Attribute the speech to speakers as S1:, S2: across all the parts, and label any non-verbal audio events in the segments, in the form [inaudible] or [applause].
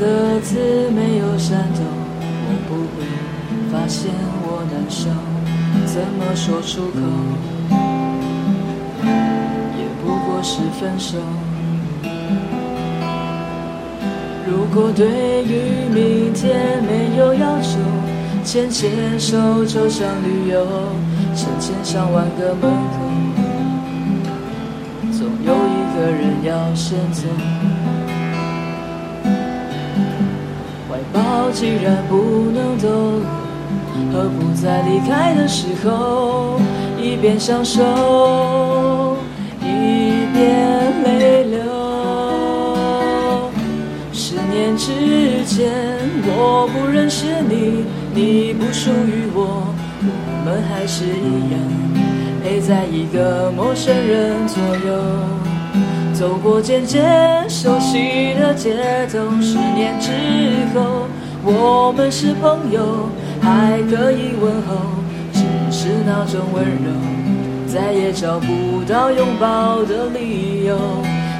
S1: 这次没有闪走，我不会发现我难受，怎么说出口，也不过是分手。如果对于明天没有要求，牵牵手就像旅游，成千上万个门口，总有一个人要先走。怀抱既然不能动，何不在离开的时候，一边享受，一边泪流。十年之前，我不认识你，你不属于我，我们还是一样，陪在一个陌生人左右。走过渐渐熟悉的街头，十年之后，我们是朋友，还可以问候，只是那种温柔，再也找不到拥抱的理由。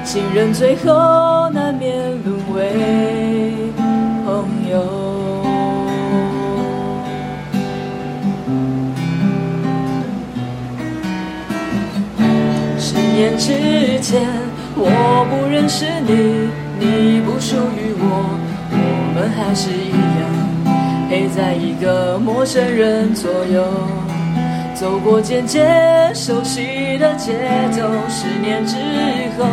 S1: 情人最后难免沦为朋友。十年之前，我不认识你，你不属于我，我们还是一样，陪在一个陌生人左右，走过渐渐熟悉的街头。十年之后，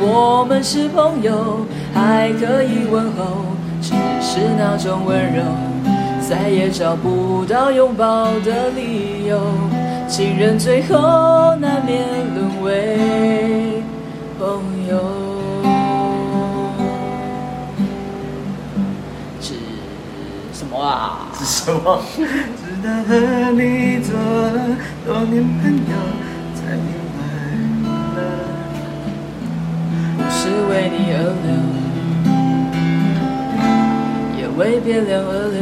S1: 我们是朋友，还可以问候，只是那种温柔，再也找不到拥抱的理由。情人最后难免沦为朋友，只什么啊？
S2: 是什么？直到和你做了多年朋友，才明白了
S1: 不是为你而流，也为别人而流。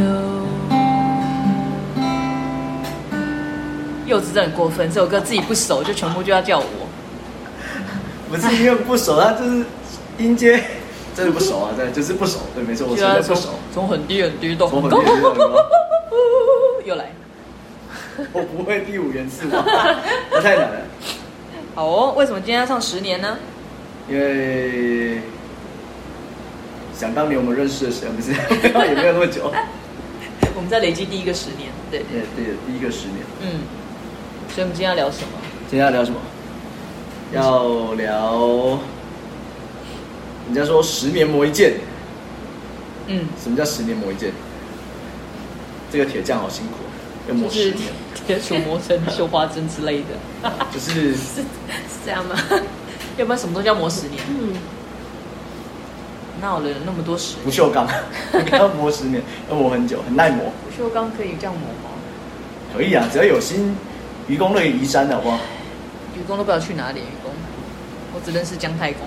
S3: 柚子真的很过分，这首歌自己不熟就全部就要叫我。
S2: 不是因为不熟，他就是音阶 [laughs] 真的不熟啊，真的就是不熟，对，没错，我
S3: 就
S2: 真的
S3: 要
S2: 不
S3: 从
S2: 熟，
S3: 从很低很低到
S2: 从
S3: 很
S2: 很
S3: 高
S2: 远，就到很高
S3: [laughs] 又来。
S2: 我不会第五元 [laughs] 素啊，那太难了，
S3: 好哦，为什么今天要唱十年呢？
S2: 因为想当年我们认识的时候， [laughs] 不是也没有那么久，
S3: 我们在累积第一个十年，对对，
S2: 也对，第一个十年。
S3: 嗯。所以我们今天要聊什么？
S2: 今天要聊什么？要聊，人家说十年磨一剑，
S3: 嗯，
S2: 什么叫十年磨一剑？这个铁匠好辛苦，啊要磨
S3: 就
S2: 十
S3: 是
S2: 年，
S3: 铁杵磨成绣花针之类的，
S2: 就是
S3: 是这样吗？ [laughs] 要不然什么东西要磨十年？
S1: 嗯，
S3: 哪有人那么多十
S2: 不
S3: 年？
S2: 锈钢， [laughs] 要磨十年，要磨很久，很耐磨。
S3: 不锈钢可以这样磨吗？
S2: 可以啊，只要有心，愚公乐于移山的，好不好？
S3: 愚公都不知道去哪里，愚公，我只认识姜太公。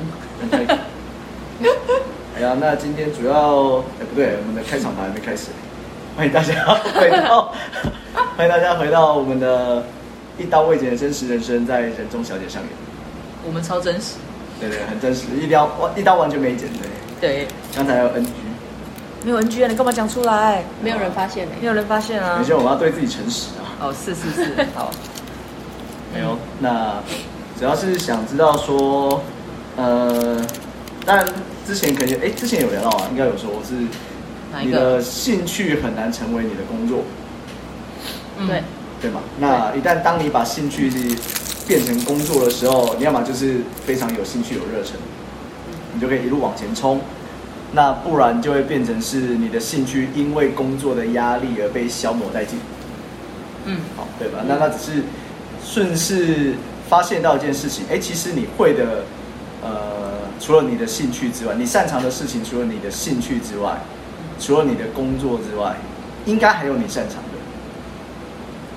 S2: 哎呀，那今天主要，哎不对，我们的开场白还没开始，欢迎大家 [laughs] 回到， [laughs] 欢迎大家回到我们的一刀未剪的真实人生，在人中小姐上演。
S3: 我们超真实，
S2: 对对，很真实，一刀一刀完全没剪。对，
S3: 对，
S2: 刚才有 NG，
S3: 没有 NG 啊，你干嘛讲出来？
S1: 没有人发现呢、欸
S3: 没有人发现啊
S2: 首。先我们要对自己诚实啊。
S3: 哦，是是
S1: [laughs]
S3: 是，好，
S2: 没有，那主要是想知道说，呃，当然之前可以，哎，之前有聊到啊，应该有说我是
S3: 哪一
S2: 你
S3: 个？
S2: 的兴趣很难成为你的工作，
S3: 嗯
S1: 对，
S2: 对吗？那一旦当你把兴趣变成工作的时候，你要么就是非常有兴趣有热忱，你就可以一路往前冲。那不然就会变成是你的兴趣因为工作的压力而被消磨殆尽。
S3: 嗯，
S2: 好，对吧？那那只是顺势发现到一件事情，哎，其实你会的，呃，除了你的兴趣之外，你擅长的事情，除了你的兴趣之外，除了你的工作之外，应该还有你擅长的，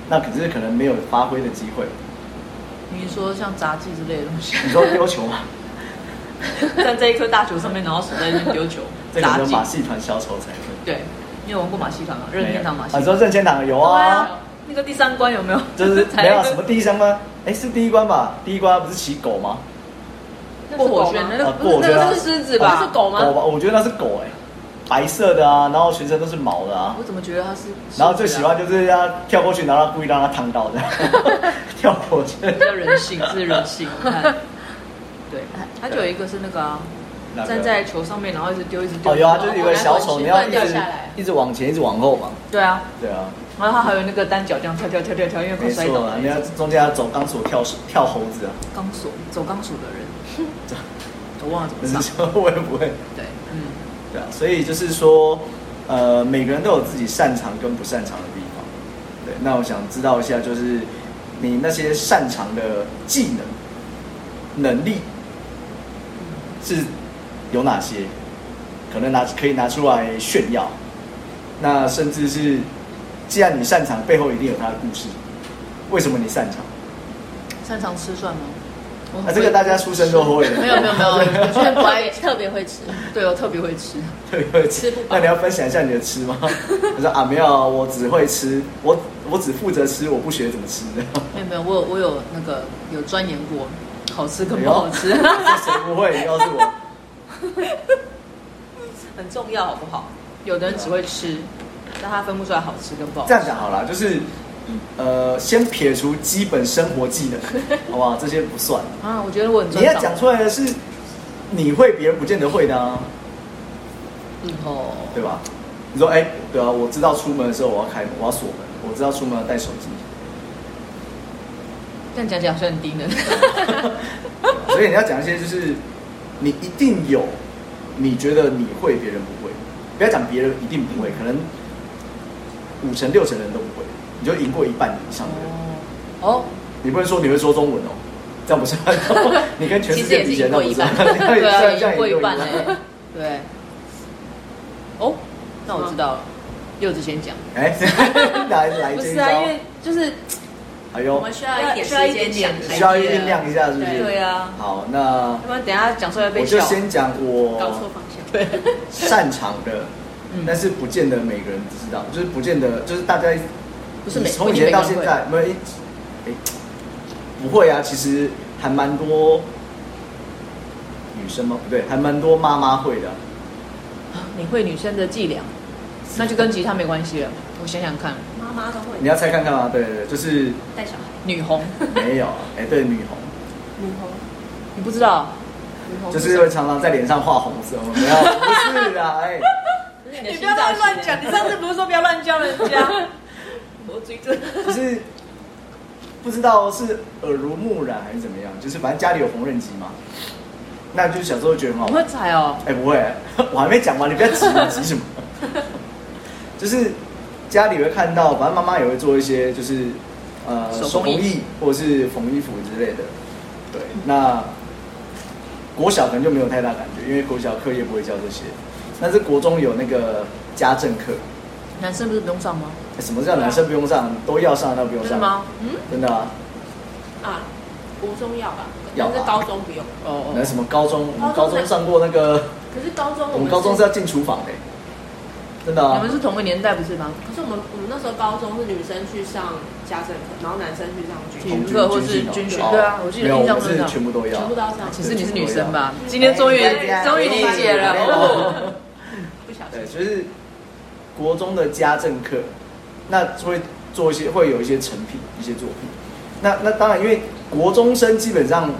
S2: 那可是可能没有发挥的机会。
S3: 你说像杂技之类的东西， [laughs]
S2: 你说丢球嘛，
S3: 站在一颗大球上面，然后手在那边丢球，
S2: [laughs] 这个
S3: 杂
S2: 能
S3: 技
S2: 马，戏团小丑才会。
S3: 对，你有玩过马戏团吗？任天堂马戏
S2: 啊
S3: 团
S2: 你，说任天堂有啊，，
S3: 那个第三关有没有？ [laughs]
S2: 就是
S3: 才
S2: 没有啊
S3: 那个
S2: 什么第一关吗？哎，是第一关吧？第一关不是骑狗吗？
S3: 过火圈，那
S2: 啊
S3: 个
S2: 过火
S3: 不是
S2: 圈啊啊
S3: 那个是狮子吧？
S1: 那是狗吗
S2: 狗吧，我觉得那是狗哎、白色的啊，然后全身都是毛的啊
S1: 我，怎么觉得他是？啊
S2: 然后最喜欢就是要跳过去，然后他故意让他烫
S1: [laughs]
S2: 到的，跳过去。
S1: 比较人性，这是人性。你
S3: [laughs]
S1: 看，对，他就有一个是那个啊，
S2: 那个
S1: 站在球上面，然后一直丢，一直丢。
S2: 哦，有啊，就是有个小丑，你要一
S3: 掉
S2: 直
S3: 下来
S2: 一直往前，一直往后嘛。
S1: 对啊，
S2: 对啊，
S1: 然后他还有那个单脚这样跳跳跳跳跳，因为快
S2: 没
S1: [laughs] 摔倒
S2: 错
S1: 了
S2: 啊，。你要中间要走钢索跳跳猴子啊，
S1: 钢索走钢索的人，
S2: [laughs]
S1: 我忘了
S2: 那
S1: 怎么
S2: 是
S1: 上。
S2: 说啊 [laughs] 我也不会。
S1: 对，嗯，
S2: 对啊，所以就是说，呃，每个人都有自己擅长跟不擅长的地方。对，那我想知道一下，就是你那些擅长的技能、能力是有哪些？可能拿可以拿出来炫耀，那甚至是，既然你擅长，背后一定有他的故事。为什么你擅长？
S1: 擅长吃蒜吗？我
S2: 啊，这个大家出生都会的。
S1: 没有没有没
S2: [laughs]
S1: 有，我现在不
S3: 特
S1: 爱
S3: 别，特别会吃，
S1: 对我特别会吃。
S2: 对对，
S3: [laughs] 吃不饱
S2: 那你要分享一下你的
S3: [laughs]
S2: 吃吗？他说啊，没有啊，我只会吃，我我只负责吃，我不学怎么吃的。 [laughs]
S1: 没有没有，我有我有那个有钻研过，好吃跟不好吃
S2: 这谁不会？你告诉我。
S1: [laughs] 很重要，好不好？有的人只会吃，但他分不出来好吃跟不好吃
S2: 这。样讲好了，就是呃，先撇除基本生活技
S3: [laughs]
S2: 能，好不好？这些不算。
S1: 啊，我觉得我很
S2: 你
S1: 专
S2: 要
S1: 长
S2: 讲出来的是你会，别人不见得会的啊，
S1: 嗯哦，
S2: 对吧？你说，哎，对啊，我知道出门的时候我要开门，我要锁门，我知道出门要带手机，
S1: 这样讲讲是很低能。
S2: 所以你要讲一些就是你一定有，你觉得你会，别人不会。不要讲别人一定不会，可能五成六成人都不会，你就赢过一半以上的人。
S1: 哦，
S2: 你不能说你会说中文哦，这样不是很好你跟全世界比起来，那不是很好
S1: [laughs] 对啊，
S2: 这样
S1: 赢过一半啊
S2: 这
S1: 嘞
S2: 样赢过一半。
S1: 对。哦，那我知道了。柚子先讲，
S2: [laughs] 哎， [laughs] 来
S1: 哎
S2: 来
S3: 不
S2: 这一
S3: 是
S2: 招
S3: 啊，，因为就是
S2: 哎
S3: 我
S2: 呦
S3: 们，需要一点
S1: 需要一
S3: 时
S1: 点
S3: 间想
S1: 点
S3: 一下，
S2: 需要酝酿一下，是不是？
S1: 对啊，
S2: 好，那
S1: 要不然等一下讲出来
S2: 我
S1: 被
S2: 就
S1: 笑。
S2: 先讲
S3: 搞错
S2: 我
S3: 方向。
S1: 对，
S2: 擅长的
S1: [laughs] 嗯，
S2: 但是不见得每个人知道，就是不见得，就是大家
S1: 不是每
S2: 从以前到现在，没有一，哎，不会啊，其实还蛮多女生吗？不对，还蛮多妈妈会的。
S1: 你会女生的伎俩，那就跟吉他没关系了。我想想看，
S3: 妈妈都
S2: 你
S3: 会
S2: 要猜看看吗？对对对，就是
S3: 带小孩，
S1: 女 [laughs] 红，
S2: 没有，哎，对，女红。
S3: 母红，
S1: 你不知道？
S3: 母红
S2: 就是会常常在脸上画红色，我没有，不是啦， [laughs] 哎、
S3: 不是你的
S1: 你
S3: 心
S1: 不要
S3: 脏
S1: 再乱讲，你上次不是说不要乱教人家？
S3: [laughs] 我追着
S2: 就是不知道是耳濡目染还是怎么样，就是反正家里有缝纫机嘛，那就小时候觉得很好
S1: 我
S2: 玩。
S1: 会踩 [laughs] 哦。
S2: 哎、不会， [laughs] 我还没讲完，你不要急，你急什 [laughs] 么？就是家里会看到，反正妈妈也会做一些，就是呃
S1: 手
S2: 手
S1: 工
S2: 工
S1: 艺
S2: 艺或者是缝衣服之类的。对，那国小可能就没有太大感觉，因为国小课业不会教这些，但是国中有那个家政课。
S1: 男生不是不用上吗？
S2: 欸什么叫男生不用上？都要上，那不用
S1: 真的
S2: 上？
S1: 吗？
S2: 真的啊！
S3: 啊，国中要吧，
S2: 要吧
S3: 但是高中不用。
S1: 哦
S2: 那
S1: 哦，
S2: 什么高中？我哦们
S3: 高
S2: 高
S3: 中
S2: 中上过那个，
S3: 可是高中
S2: 我
S3: 我们
S2: 们高中是要进厨房的欸，真的
S1: 你
S2: 啊
S1: 们！是同个年代不是吗？
S3: 可是我们我们那时候高中是女生去上家政课，然后男生去上军
S1: 体
S3: 训，
S1: 育
S2: 同
S1: 课或是
S2: 哦啊
S1: 军训，
S2: 哦
S1: 对啊，我记
S2: 没
S1: 得
S2: 有，
S1: 印
S2: 我
S1: 象中
S2: 们
S1: 这
S2: 是
S1: 样。
S2: 全部都要
S3: 全。部都要上。
S1: 其实你是女生吧？今天终于终于理解了，哦，
S3: 不小心
S2: 对，就是国中的家政课，那会做一些会有一些成品、一些作品。那那当然，因为国中生基本上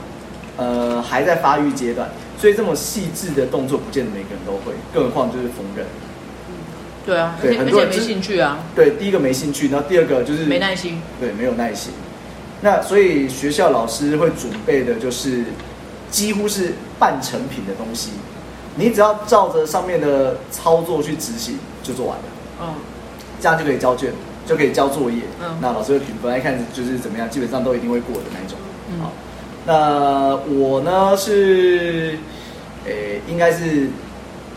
S2: 呃还在发育阶段，所以这么细致的动作，不见得每个人都会，更何况就是缝纫。
S1: 对啊，而
S2: 对
S1: 且而
S2: 很多
S1: 且
S2: 人
S1: 没
S2: 就是
S1: 兴趣啊，
S2: 对，第一个没兴趣，然后第二个就是
S1: 没耐心。
S2: 对，没有耐心。那所以学校老师会准备的就是几乎是半成品的东西，你只要照着上面的操作去执行就做完了，
S1: 嗯，
S2: 这样就可以交卷，就可以交作业。
S1: 嗯
S2: 那老师会评分来看就是怎么样，基本上都一定会过的那一种。
S1: 嗯
S2: 好，那我呢是，诶、应该是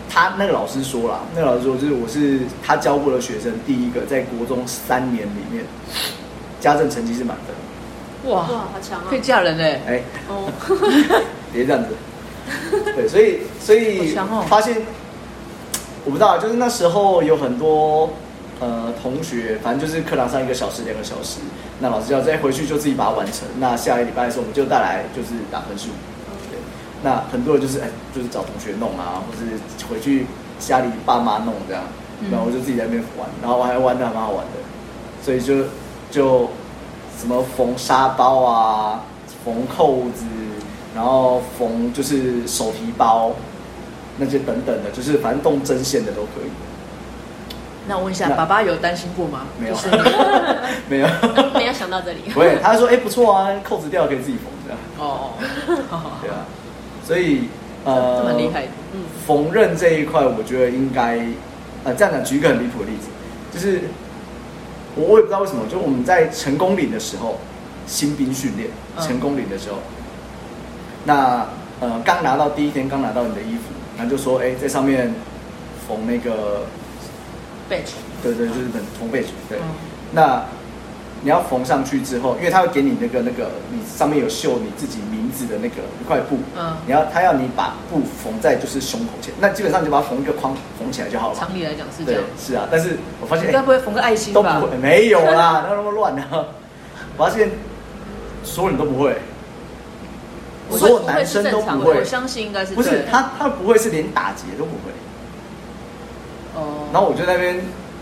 S2: 他那个老师说啦，那个老师说就是我是他教过的学生第一个在国中三年里面，家政成绩是满分。
S3: 哇，
S1: 哇，
S3: 好强啊
S1: 可！以嫁人嘞，
S2: 哎，
S3: 哦，
S2: 别
S1: [laughs]
S2: 这样子。对，所以所
S1: 好
S2: 以
S1: 强哦
S2: 发现，我不知道，就是那时候有很多呃同学，反正就是课堂上一个小时、两个小时，那老师要再回去就自己把它完成。那下一礼拜的时候，我们就带来就是打分数。对，那很多人就是哎，就是找同学弄啊，或是回去家里爸妈弄这样，
S1: 嗯
S2: 然后我就自己在那边玩，然后我还玩的蛮好玩的，所以就就什么缝沙包啊，缝扣子，然后缝就是手提包那些等等的，就是反正动针线的都可以。 [laughs]
S1: 那我问一下，
S2: 那
S1: 爸爸有担心过吗？
S2: 没有
S1: [laughs] 就是你
S2: 没有， [laughs]
S3: [laughs] 没有想到这里。
S2: 不会，他说哎、不错啊，扣子掉可以自己缝这样，
S1: 哦，好好
S2: 对啊，所以呃，
S1: 这么厉害，
S3: 嗯，
S2: 缝纫这一块，我觉得应该，呃，这样讲，举一个很离谱的例子，就是我我也不知道为什么，就我们在成功岭的时候，新兵训练，
S1: 嗯
S2: 成功岭的时候，那呃刚拿到第一天，刚拿到你的衣服，然后就说，哎、在上面缝那个，
S1: b 去。
S2: 对对，就是缝缝被子，对，
S1: 嗯
S2: 那你要缝上去之后，因为他会给你那个那个，你上面有绣你自己名字的那个一块布，
S1: 嗯
S2: 你要他要你把布缝在就是胸口前，那基本上你就把它缝一个框缝起来就好了嘛。
S1: 常理来讲是这
S2: 对
S1: 样，，
S2: 是啊，但是我发现、
S1: 你
S2: 哎
S1: 该不会缝个爱心
S2: 都
S1: 吧
S2: 不？会，没有啦，哪有那么乱啊？我发现所有人都不会，
S1: 我
S2: 所
S1: 会
S2: 有男生都不会
S1: 我，相信应该是
S2: 不是
S1: 对
S2: 他他不会是连打结都不会。
S1: 哦，
S2: 然后我就在那边，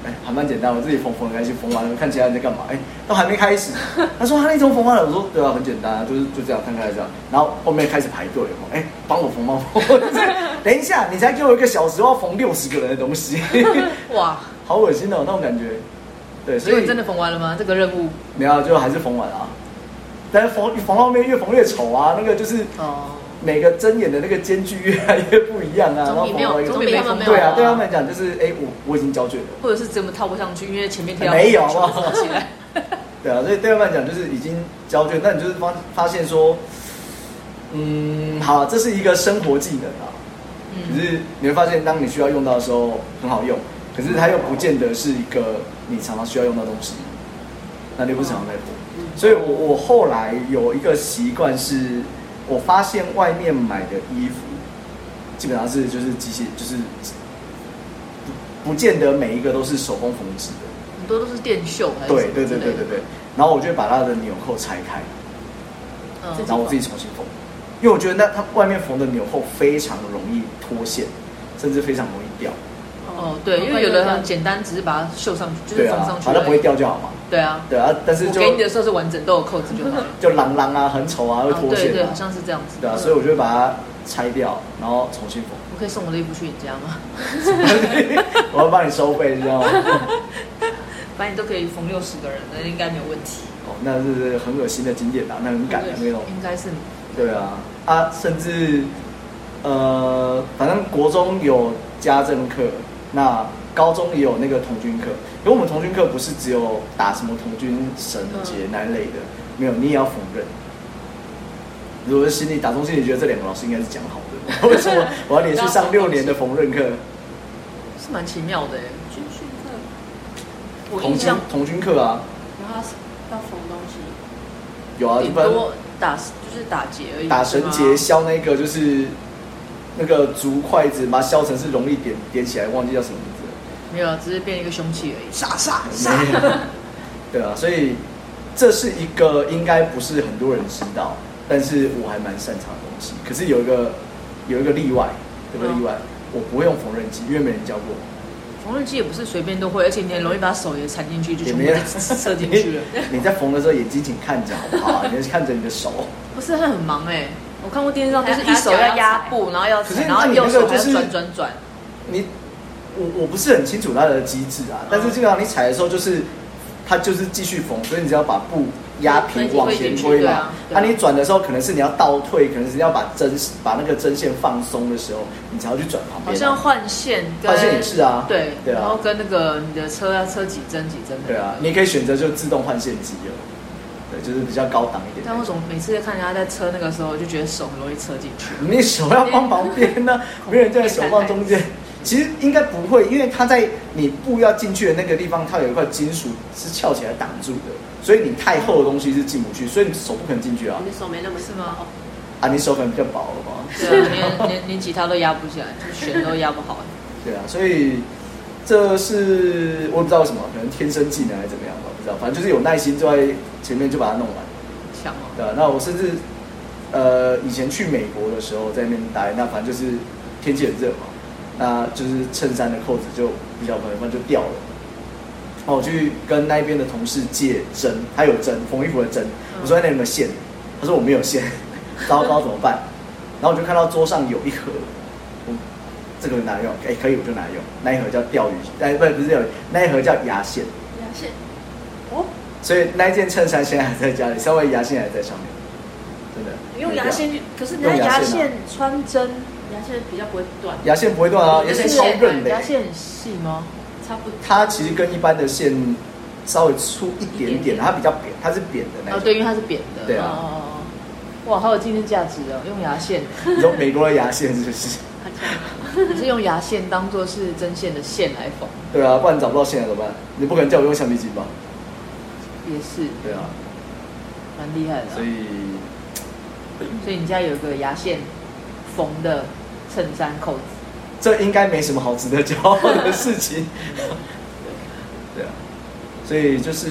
S2: 哎，还蛮简单，我自己缝缝很开心，缝完了看其他人在干嘛，哎，都还没开 [laughs] 始。他说他那种缝完了，我说对啊，很简单啊，就是就这样摊开来这样。然后后面开始排队，哎，帮我缝帮 [laughs] 我缝。就是等一下，你才给我一个小时，我要缝六十个人的东西，
S1: 哇，
S2: 好恶心哦，那种感觉。对，所
S1: 所以
S2: 以
S1: 真的缝完了吗？这个任务
S2: 没有，就还是缝完了啊。但是缝缝到后面越缝越丑啊，那个就是
S1: 哦，
S2: 每个针眼的那个间距越来越不一样啊。然后
S3: 总比
S2: 缝
S3: 没有
S2: 到一个
S3: 总比他们没有
S2: 对啊，
S3: 好
S2: 对他们来讲就是哎，我我已经交卷了。
S1: 或者是怎么套不上去，因为前面贴
S2: 没
S3: 啊
S2: 有啊好不好
S1: 起
S2: [laughs]
S1: 来，
S2: 对啊，所以对他们来讲就是已经交卷，那你就是发发现说，嗯，好，这是一个生活技能啊。可
S1: 嗯，
S2: 是你会发现，当你需要用到的时候很好用，可是它又不见得是一个你常常需要用到的东西，那你不是常常在用。所以我我后来有一个习惯是，我发现外面买的衣服基本上是就是机械，就是不不见得每一个都是手工缝制的。
S1: 很多都是电绣还是
S2: 对
S1: 呃什么
S2: 对对
S1: 之类
S2: 对
S1: 的哦
S2: 对对，。然后我就会把它的纽扣拆开，
S1: 嗯
S3: 自己
S2: 然后我自己重新缝，因为我觉得那它外面缝的纽扣非常容易脱线，甚至非常容易掉。
S1: 哦，对，因为有的很简单，只是把它绣上去，就是
S2: 对
S1: 缝
S2: 啊
S1: 上，去，
S2: 反正不会。掉就好嘛。
S1: 对啊，
S2: 对啊，但是
S1: 我
S2: 就
S1: 给你的时候是完整都有扣子就
S2: [laughs]
S1: 好了。
S2: 就啷啷啊，很丑啊，会
S1: 啊
S2: 脱
S1: 对
S2: 线
S1: 对，
S2: 啊
S1: 好。像是这样子。
S2: 对啊，所以我就会把它拆掉，然后重新
S1: [laughs]
S2: 缝。
S1: 我可以送我的衣服去你家吗？ [laughs]
S2: 我要帮你收费，知道吗？ [laughs]
S1: 反正你都可以缝六十个人，那应该没有问题。
S2: 哦，那是很恶心的经典啊，那很赶的那种。
S1: 应该是
S2: 对啊，啊，甚至呃，反正国中有家政课，那高中也有那个童军课。因为我们童军课不是只有打什么童军绳结那类的，没有，你也要缝纫。如果是心里打从心里觉得这两个老师应该是讲好的， [laughs] 为什么我要连续上六年的缝纫课？
S1: 是蛮奇妙的耶。欸
S3: 军训课，
S1: 我
S2: 童
S1: 印
S2: 军
S1: 象
S2: 童军课啊，
S3: 然后要缝东西，
S2: 有啊，一
S1: 顶
S2: 般
S1: 多打就是打结而已，
S2: 打绳
S1: 是
S2: 结
S1: 吗
S2: 削那个就是那个竹筷子，把它削成是容易点点起来，忘记叫什么名字了。
S1: 没有，啊只是变一个凶器而已。
S2: 傻傻傻。 [laughs] 对啊，所以这是一个应该不是很多人知道，但是我还蛮擅长的东西。可是有一个有一个例外，有个例外，我不会用缝纫机，因为没人教过我。
S1: 缝纫机也不是随便都会，而且你很容易把手也缠进去，就
S2: 也
S1: 全部
S2: 没人
S1: 都射进去
S2: [laughs]
S1: 了。。
S2: 你在缝的时候眼睛请看着好不好？你是看着你的手。
S1: 不是，他很忙哎、我看过电视上就是一手要压布，然后要
S2: 可是
S1: 踩，然后右手还要转转转。
S2: 你我我不是很清楚它的机制啊，但是
S1: 嗯
S2: 基本上你踩的时候就是它就是继续缝，所以你只要把布压平
S1: 推
S2: 往前
S1: 推进去
S2: 推
S1: 对
S2: 嘛
S1: 啊。对
S2: 那、
S1: 啊
S2: 你转的时候，可能是你要倒退，可能是你要把针把那个针线放松的时候，你才要去转旁
S1: 好
S2: 边、啊
S1: 像换线跟
S2: 换线也是啊
S1: 对
S2: 对啊
S1: 然后跟那个你的车要车几针几针的，
S2: 对啊，你可以选择就自动换线机了，对，就是比较高档一点
S1: 但为什么每次看人家在车那个时候，我就觉得手很容易车进
S2: [laughs]
S1: 去？
S2: 你手要放旁边呢、没有人叫你手放中间。其实应该不会，因为它在你布要进去的那个地方，它有一块金属是翘起来挡住的，所以你太厚的东西是进不去，所以你手不可能进去啊
S3: 你的手没那么
S1: 是吗
S3: 薄
S2: 啊！你手可能比较薄了吧？
S1: 对啊，连连连吉他都压不下来，弦都压不好。
S2: 对啊，所以这是我也不知道为什么，可能天生技能还是怎么样吧，不知道，反正就是有耐心就在前面就把它弄完。
S1: 强哦，
S2: 对啊，那我甚至呃以前去美国的时候在那边待，那反正就是天气很热嘛，那就是衬衫的扣子就比较不然就掉了。然后我去跟那边的同事借针，他有针缝衣服的针，我说那有没有线？他说我没有线， [laughs] 糟糕怎么办？然后我就看到桌上有一盒，我这个拿来用，哎可以我就拿来用，那一盒叫钓鱼，哎不是不是钓鱼，那一盒叫牙线，
S3: 牙线，哦，
S2: 所以那一件衬衫现在还在家里，稍微牙线还在上面，真的。
S3: 你用牙线去，可是你
S2: 用
S3: 看
S2: 牙
S3: 牙
S2: 线啊
S3: 线穿针，牙线比较不会
S1: [laughs]
S3: 断，
S2: 牙线不会断啊，
S1: 牙
S2: 牙线
S1: 线
S2: 超韧的
S1: 牙。线很细吗？
S3: 差不多。
S2: 它其实跟一般的线稍微粗一点
S3: 一点
S2: 点，
S3: 点
S2: 它比较扁，它是扁的那
S1: 哦，
S2: 种。
S1: 对，因为它是扁的。
S2: 对啊
S1: 哦哦哦哇，好有纪念价值哦！用牙线，
S2: 你说美国的牙线是不是？ [laughs]
S3: 它这样
S1: 你是用牙线当做是针线的线来缝，
S2: 对啊，不然你找不到线了怎么办？你不可能叫我用橡皮筋吧？
S1: 也是
S2: 对啊，
S1: 蛮厉害的啊。
S2: 所以
S1: 所以你家有个牙线缝的衬衫扣子，
S2: 这应该没什么好值得骄傲的事情。 [laughs] 对啊，所以就是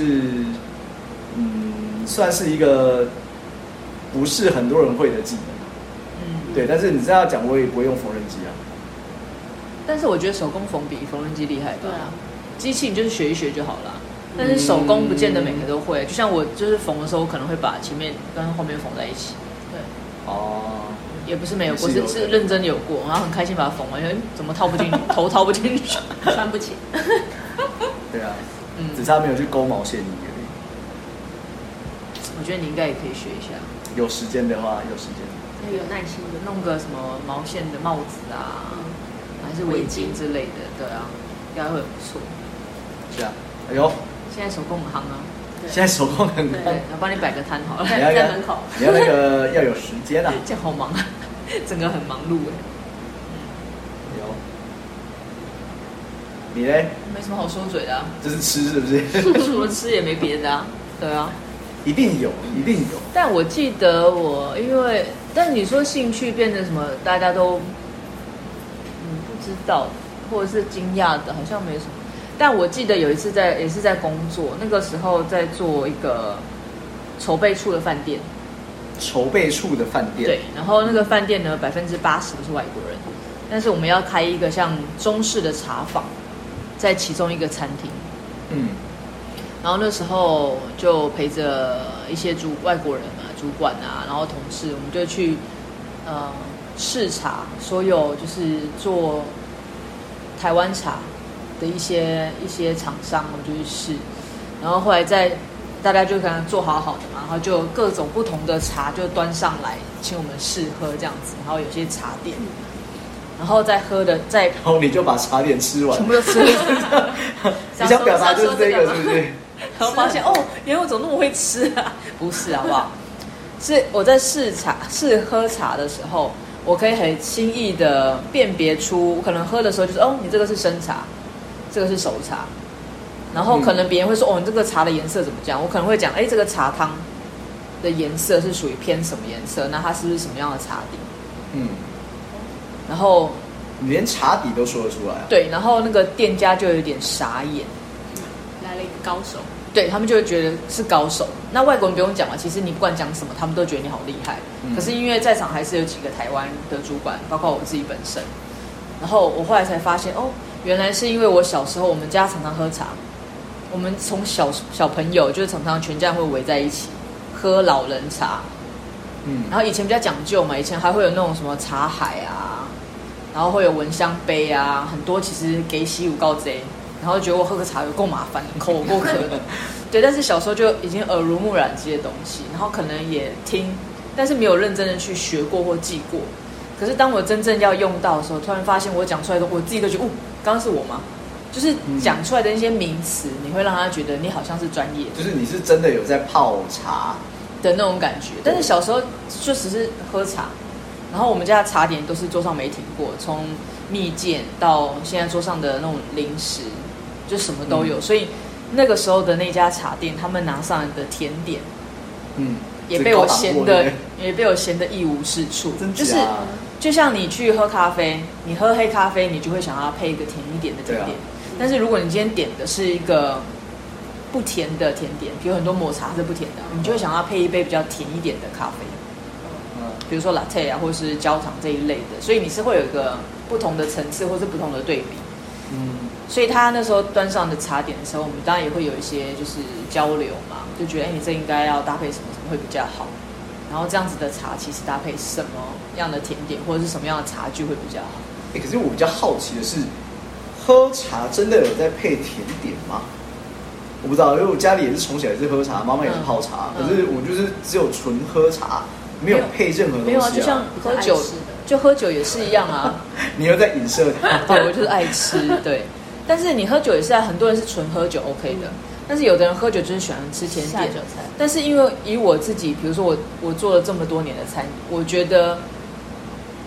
S2: 嗯，算是一个不是很多人会的技能。
S1: 嗯，
S2: 对，但是你这样讲，我也不会用缝纫机啊。
S1: 但是我觉得手工缝比缝纫机厉害吧？
S3: 对啊，
S1: 机器你就是学一学就好了。但是手工不见得每个都会，就像我就是缝的时候，我可能会把前面跟后面缝在一起，
S3: 对，
S2: 哦，
S1: 也不是没有过，
S2: 是有
S1: 是
S2: 的
S1: 是认真有过，然后很开心把它缝完，因为怎么套不
S2: [laughs]
S1: 进去，头套不进去，
S3: 穿不起。
S2: 对啊，
S1: 嗯，
S2: 只差没有去勾毛线而已。
S1: 我觉得你应该也可以学一下，
S2: 有时间的话，有时间。
S3: 要有耐心的弄。
S1: 弄个什么毛线的帽子啊，还是围
S3: 围巾
S1: 巾之类的，对啊，应该会很不错。
S2: 是啊，哎呦，
S1: 现在手工很夯啊，
S3: 对
S2: 现在手工很
S1: 对，
S2: 宽，
S1: 我帮你摆个摊好了，
S3: 对
S2: 你要
S3: 在门口
S2: 你要那个要有时间啊。
S1: [laughs] 这样好忙啊，整个很忙碌哎，
S2: 有，哎你嘞？
S1: 没什么好说嘴的啊，
S2: 这是吃是不是？
S1: [laughs] 除了吃也没别的啊，对啊。
S2: 一定有，一定有。
S1: 但我记得我，因为但你说兴趣变成什么，大家都嗯不知道，或者是惊讶的，好像没什么。但我记得有一次在也是在工作，那个时候在做一个筹备处的饭店，
S2: 筹备处的饭店，
S1: 对，然后那个饭店呢百分之八十都是外国人，但是我们要开一个像中式的茶坊，在其中一个餐厅，
S2: 嗯，
S1: 然后那时候就陪着一些主外国人啊、主管啊，然后同事，我们就去呃视察所有就是做台湾茶的一些一些厂商，我们就去试。然后后来在大家就可能做好好的嘛，然后就有各种不同的茶就端上来，请我们试喝这样子。然后有些茶点，然后再喝的再
S2: 然后你就把茶点吃完
S1: 全。部都吃 [laughs] 了。
S2: 你想表达就是这个，是不是？
S1: 然后发现哦，原来我怎么那么会吃啊？ [laughs] 不是好不好？是我在试茶、试喝茶的时候，我可以很轻易的辨别出，我可能喝的时候就是哦，你这个是生茶，这个是熟茶，然后可能别人会说哦，你这个茶的颜色怎么讲？我可能会讲，哎，这个茶汤的颜色是属于偏什么颜色？那它是不是什么样的茶底？
S2: 嗯，
S1: 然后
S2: 你连茶底都说得出来啊。
S1: 对，然后那个店家就有点傻眼。
S3: 来了一个高手，
S1: 对他们就会觉得是高手。那外国人不用讲嘛，其实你不管讲什么，他们都觉得你好厉害。
S2: 嗯
S1: 可是因为在场还是有几个台湾的主管，包括我自己本身。然后我后来才发现，哦，原来是因为我小时候我们家常常喝茶，我们从小小朋友就是常常全家会围在一起喝老人茶。
S2: 嗯，
S1: 然后以前比较讲究嘛，以前还会有那种什么茶海啊，然后会有蚊香杯啊，很多其实给洗五告贼，然后觉得我喝个茶有够麻烦，口我够渴的。对，但是小时候就已经耳濡目染这些东西，然后可能也听，但是没有认真的去学过或记过。可是当我真正要用到的时候，突然发现我讲出来的，我自己都觉得，哦，刚刚是我吗？就是讲出来的那些名词，你会让他觉得你好像是专业的。
S2: 就是你是真的有在泡茶，
S1: 的那种感觉。但是小时候就只是喝茶，然后我们家的茶点都是桌上没停过，从蜜饯到现在桌上的那种零食，就什么都有。
S2: 嗯
S1: 所以那个时候的那家茶店，他们拿上来的甜点
S2: 嗯，
S1: 也被我
S2: 是高
S1: 咸
S2: 档货对
S1: 的
S2: 不对，
S1: 也被我咸的一无是处，
S2: 真
S1: 就是
S2: 假啊
S1: 就像你去喝咖啡，你喝黑咖啡，你就会想要配一个甜一点的甜
S2: 对
S1: 点。
S2: 啊
S1: 但是如果你今天点的是一个不甜的甜点，比如很多抹茶是不甜的，你就会想要配一杯比较甜一点的咖啡。
S2: 嗯嗯
S1: 比如说 latte 啊，或是焦糖这一类的，所以你是会有一个不同的层次，或是不同的对比。
S2: 嗯，
S1: 所以他那时候端上的茶点的时候，我们当然也会有一些就是交流嘛，就觉得哎、你这应该要搭配什么什么会比较好，然后这样子的茶其实搭配什么样的甜点或者是什么样的茶具会比较好。
S2: 欸可是我比较好奇的是，喝茶真的有在配甜点吗？我不知道，因为我家里也是从小也是喝茶，妈妈也是泡茶，
S1: 嗯
S2: 可是我就是只有纯喝茶，没有
S1: 没有
S2: 配任何东
S1: 没
S2: 西、啊。
S1: 有啊，就像喝酒
S3: 比较爱吃的，
S1: 就喝酒也是一样啊。
S2: 你又在影射它，
S1: 对我就是爱吃，对。但是你喝酒也是啊，很多人是纯喝酒 OK 的，但是有的人喝酒就是喜欢吃甜
S3: 下
S1: 点
S3: 酒。菜，
S1: 但是因为以我自己，比如说我我做了这么多年的餐饮，我觉得，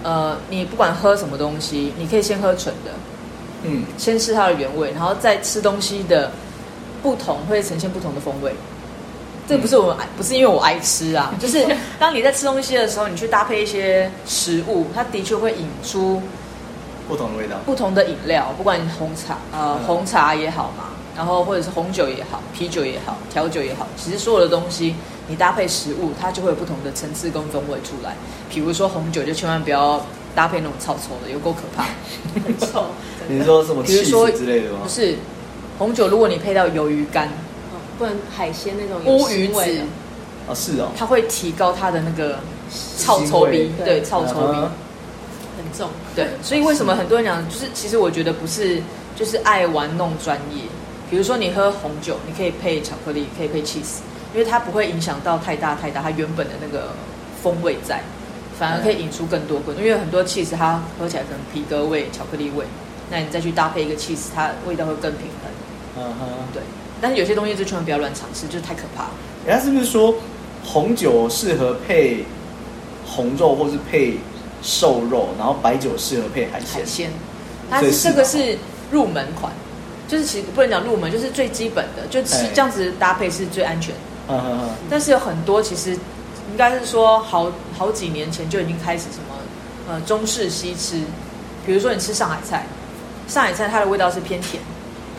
S1: 呃，你不管喝什么东西，你可以先喝纯的，
S2: 嗯，
S1: 先吃它的原味，然后再吃东西的不同，会呈现不同的风味。这不是我们爱，不是因为我爱吃啊，就是当你在吃东西的时候，你去搭配一些食物，它的确会引出
S2: 不同的味道。
S1: 不同的饮料，不管你红茶呃
S2: 嗯
S1: 红茶也好嘛，然后或者是红酒也好，啤酒也好，调酒也好，其实所有的东西你搭配食物，它就会有不同的层次跟风味出来。比如说红酒就千万不要搭配那种超稠的，有够可怕。
S3: 很臭，
S2: [laughs]
S3: 真
S2: 你
S3: 的
S2: 是说什么
S1: 比如
S2: 气
S1: 说
S2: 质之类的吗
S1: 不？是红酒，如果你配到鱿鱼干、
S3: 嗯不能海鲜那种有
S1: 乌鱼
S3: 腥味
S1: 子
S3: 的，
S2: 啊，是哦，
S1: 它会提高它的那个臭臭
S2: 腥
S1: 鼻
S2: 味，
S1: 对臭臭鼻。
S2: 嗯
S3: 很重，
S1: 对，所以为什么很多人讲，就是其实我觉得不是，就是爱玩弄专业。比如说你喝红酒，你可以配巧克力，可以配 cheese，因为它不会影响到太大太大它原本的那个风味在，反而可以引出更多
S2: 嗯
S1: 更多。因为很多 cheese 它喝起来可能皮革味、巧克力味，那你再去搭配一个 cheese，它味道会更平衡。
S2: 嗯哼，
S1: 对，但是有些东西就千万不要乱尝试，就是太可怕了。
S2: 人家是不是说红酒适合配红肉或是配瘦肉，然后白酒适合配海鲜
S1: 海？鲜，它
S2: 所以
S1: 是
S2: 是
S1: 这个是入门款，就是其实不能讲入门，就是最基本的，就吃
S2: 哎
S1: 这样子搭配是最安全的。
S2: 嗯哼哼，
S1: 但是有很多其实应该是说好好几年前就已经开始什么呃中式西吃，比如说你吃上海菜，上海菜它的味道是偏甜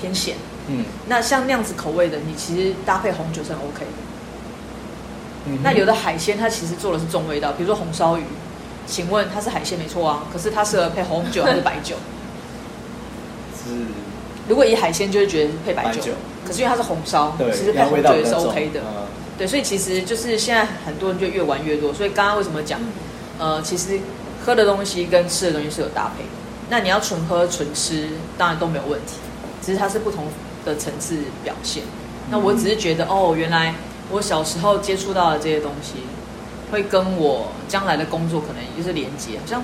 S1: 偏咸，
S2: 嗯
S1: 那像那样子口味的，你其实搭配红酒是很 OK 的。
S2: 嗯哼，
S1: 那有的海鲜它其实做的是重味道，比如说红烧鱼，请问它是海鲜没错啊，可是它适合配红酒还是白酒？
S2: 是
S1: 如果以海鲜，就会觉得配白酒，
S2: 白酒
S1: 可是因为它是红烧，
S2: 对，
S1: 哦其实配
S2: 然后
S1: 红
S2: 味道
S1: 酒
S2: 比
S1: 也是
S2: 较重
S1: OK 的。
S2: 嗯
S1: 对，所以其实就是现在很多人就越玩越多，所以刚刚为什么讲，
S2: 嗯
S1: 呃，其实喝的东西跟吃的东西是有搭配的。那你要纯喝纯吃，当然都没有问题，只是它是不同的层次表现。那
S2: 嗯
S1: 我只是觉得，哦，原来我小时候接触到的这些东西，会跟我将来的工作可能就是连接。好像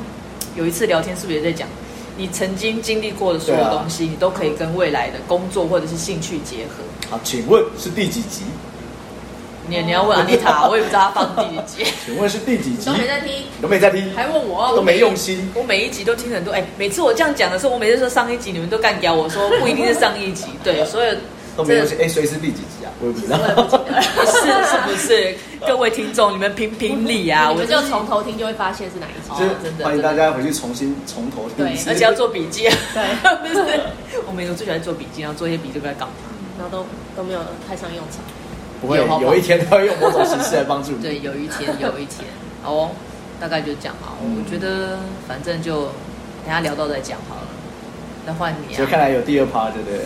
S1: 有一次聊天是不是也在讲，你曾经经历过的所有
S2: 对啊
S1: 东西，你都可以跟未来的工作或者是兴趣结合。
S2: 好，请问是第几集？
S1: 你你要
S2: 哦
S1: 问阿丽塔，我也不知道她放第几集。
S2: 请问是第几
S3: 你
S2: 集
S3: 都？没在听，
S2: 都没在听，
S3: 还问我，
S2: 都没用心。
S1: 我每一集都听很多，哎、每次我这样讲的时候，我每次说上一集，你们都干掉我说不一定是上一集，
S2: [laughs]
S1: 对，所以
S2: 都没用心。哎，所以是第几集啊？我也不知道。
S1: 不是是不是？各位听众，你们评评理啊！
S2: [laughs]
S3: 你
S1: 我
S3: 们就
S1: 真是
S3: 从头听就会发现是哪
S1: [laughs]
S3: 一集。
S2: 就是
S1: 哦真的
S2: 欢迎
S1: 真的
S2: 大家回去重新从头听一次，
S1: 而且要做笔记，啊
S3: 对，
S1: [laughs] 不是？我每我最喜欢做笔记，然后做一些笔记不知道干嘛。
S3: [laughs] 然后都都没有派上用场。
S2: 不会
S1: 有好不好
S2: 有一天他会用某种形式来帮助你。
S1: 对，有一天，有一天，好哦，大概就讲嘛。
S2: 嗯
S1: 我觉得反正就等一下聊到再讲好了。那换你
S2: [laughs] 所以看
S1: 啊，
S2: 来有第二趴，对不对了？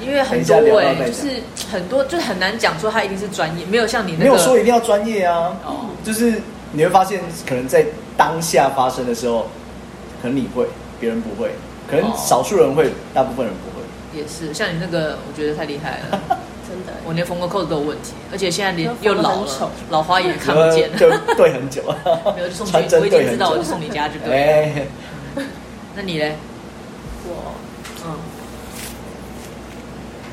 S1: 因为很多
S2: 等一下聊
S1: 哎、
S2: 到再讲
S1: 就是很多，就是很难讲说他一定是专业，没有像你那个
S2: 没有说一定要专业啊，
S1: 哦，
S2: 就是你会发现，可能在当下发生的时候，可能你会，别人不会，可能
S1: 哦
S2: 少数人会，大部分人不会。，
S1: 也是，像你那个，我觉得太厉害 [laughs] 了，
S3: 真的，
S1: 我连缝个扣子都有问题，而且现在连
S3: 缝
S1: 又
S3: 得
S1: 老
S3: 很丑
S1: 了，老花眼看不 [laughs] 见
S2: 呃就对很久，
S1: 没有就送去
S2: 传，真
S1: 我已
S2: 对
S1: 经知
S2: 很
S1: 道，我
S2: 久
S1: 就。送你家就 [laughs] 对了。
S2: 哎，
S1: 那你嘞？
S3: 我
S1: 嗯，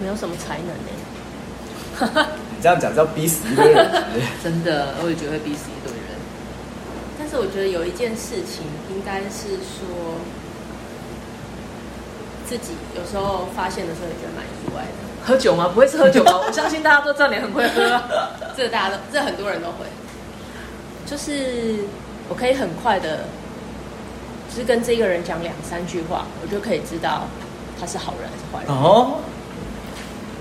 S3: 没有什么才能欸呢、
S2: 你这样讲是要逼死一堆
S1: [laughs]
S2: 人，是不是
S1: 嗯真的，我也觉得会逼死一堆人。
S3: 但是我觉得有一件事情，应该是说自己有时候发现的时候，也觉得蛮意外的。
S1: 喝酒吗？不会是喝酒 [laughs] 吧？我相信大家都知道你很会喝啊。
S3: 这大家都，这很多人都会，就是我可以很快的，就是跟这个人讲两三句话，我就可以知道他是好人还是坏人。
S2: 哦，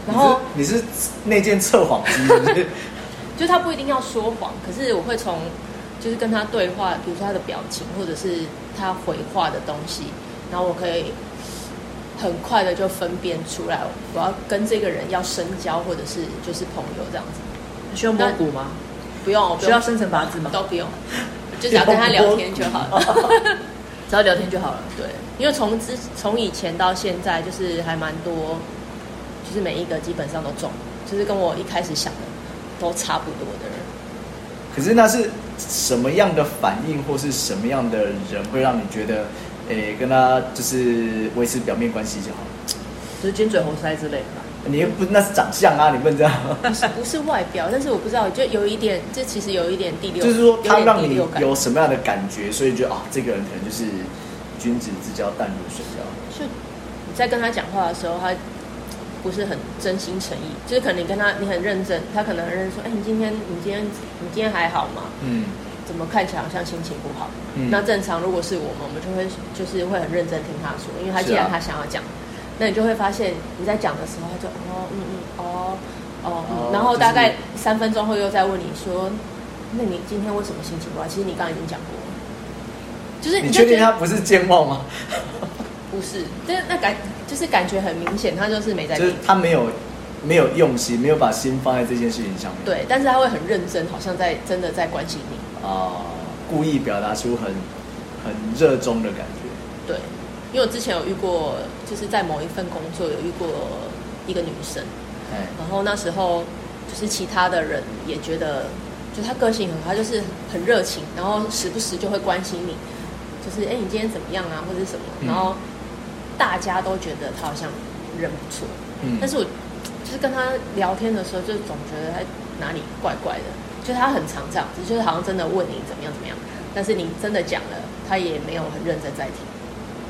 S3: 然后
S2: 你是你是内建测谎机，是不是？ [laughs]
S3: 就他不一定要说谎，可是我会从就是跟他对话，比如说他的表情，或者是他回话的东西，然后我可以很快的就分辨出来，我要跟这个人要深交，或者是就是朋友这样子。
S1: 需要摸骨吗？
S3: 不用，不
S1: 需要
S3: 用，
S1: 生辰八字吗？
S3: 都不用，就只要跟他聊天就好了。
S1: 只要聊天就好了。
S3: 对，因为从之从以前到现在，就是还蛮多，就是每一个基本上都中，就是跟我一开始想的都差不多的人。
S2: 可是那是什么样的反应，或是什么样的人会让你觉得，诶、跟他就是维持表面关系就好？
S1: 就是尖嘴猴腮之类的。
S2: 你又不那是长相啊，你不能这样。
S3: 不是外表，但是我不知道，就有一点，这其实有一点第六，
S2: 就是说他
S3: 有点
S2: 让
S3: 第
S2: 你
S3: 六感
S2: 有什么样的感觉，所以就啊，这个人可能就是君子之交淡如水这
S3: 就你在跟他讲话的时候，他不是很真心诚意，就是可能你跟他你很认真，他可能很认真说，哎、你今天你今天你今天还好吗？
S2: 嗯，
S3: 怎么看起来好像心情不好？
S2: 嗯
S3: 那正常如果是我们，我们就会就是会很认真听他说，因为他
S2: 是啊
S3: 既然他想要讲，那你就会发现你在讲的时候，他就哦嗯嗯哦哦
S2: 哦
S3: 嗯，然后
S2: 就是
S3: 大概三分钟后又再问你说，那你今天为什么心情不好？其实你刚刚已经讲过了，就是
S2: 你
S3: 就
S2: 确定
S3: 觉得
S2: 他不是健忘吗？
S3: 不是？但是那感就是感觉很明显，他就是没在
S2: 就是
S3: 听。
S2: 他没有没有用心，没有把心放在这件事情上面。
S3: 对，但是他会很认真，好像在真的在关心你。
S2: 啊、故意表达出很很热衷的感觉。
S3: 对，因为我之前有遇过，就是在某一份工作有遇过一个女生，
S2: 哎，
S3: 然后那时候就是其他的人也觉得，就她个性很好，她就是很热情，然后时不时就会关心你，就是哎、你今天怎么样啊，或者什么，
S2: 嗯
S3: 然后大家都觉得她好像人不错，
S2: 嗯
S3: 但是我就是跟她聊天的时候，就总觉得她哪里怪怪的，就是她很常这样子，就是好像真的问你怎么样怎么样，但是你真的讲了，她也没有很认真在听，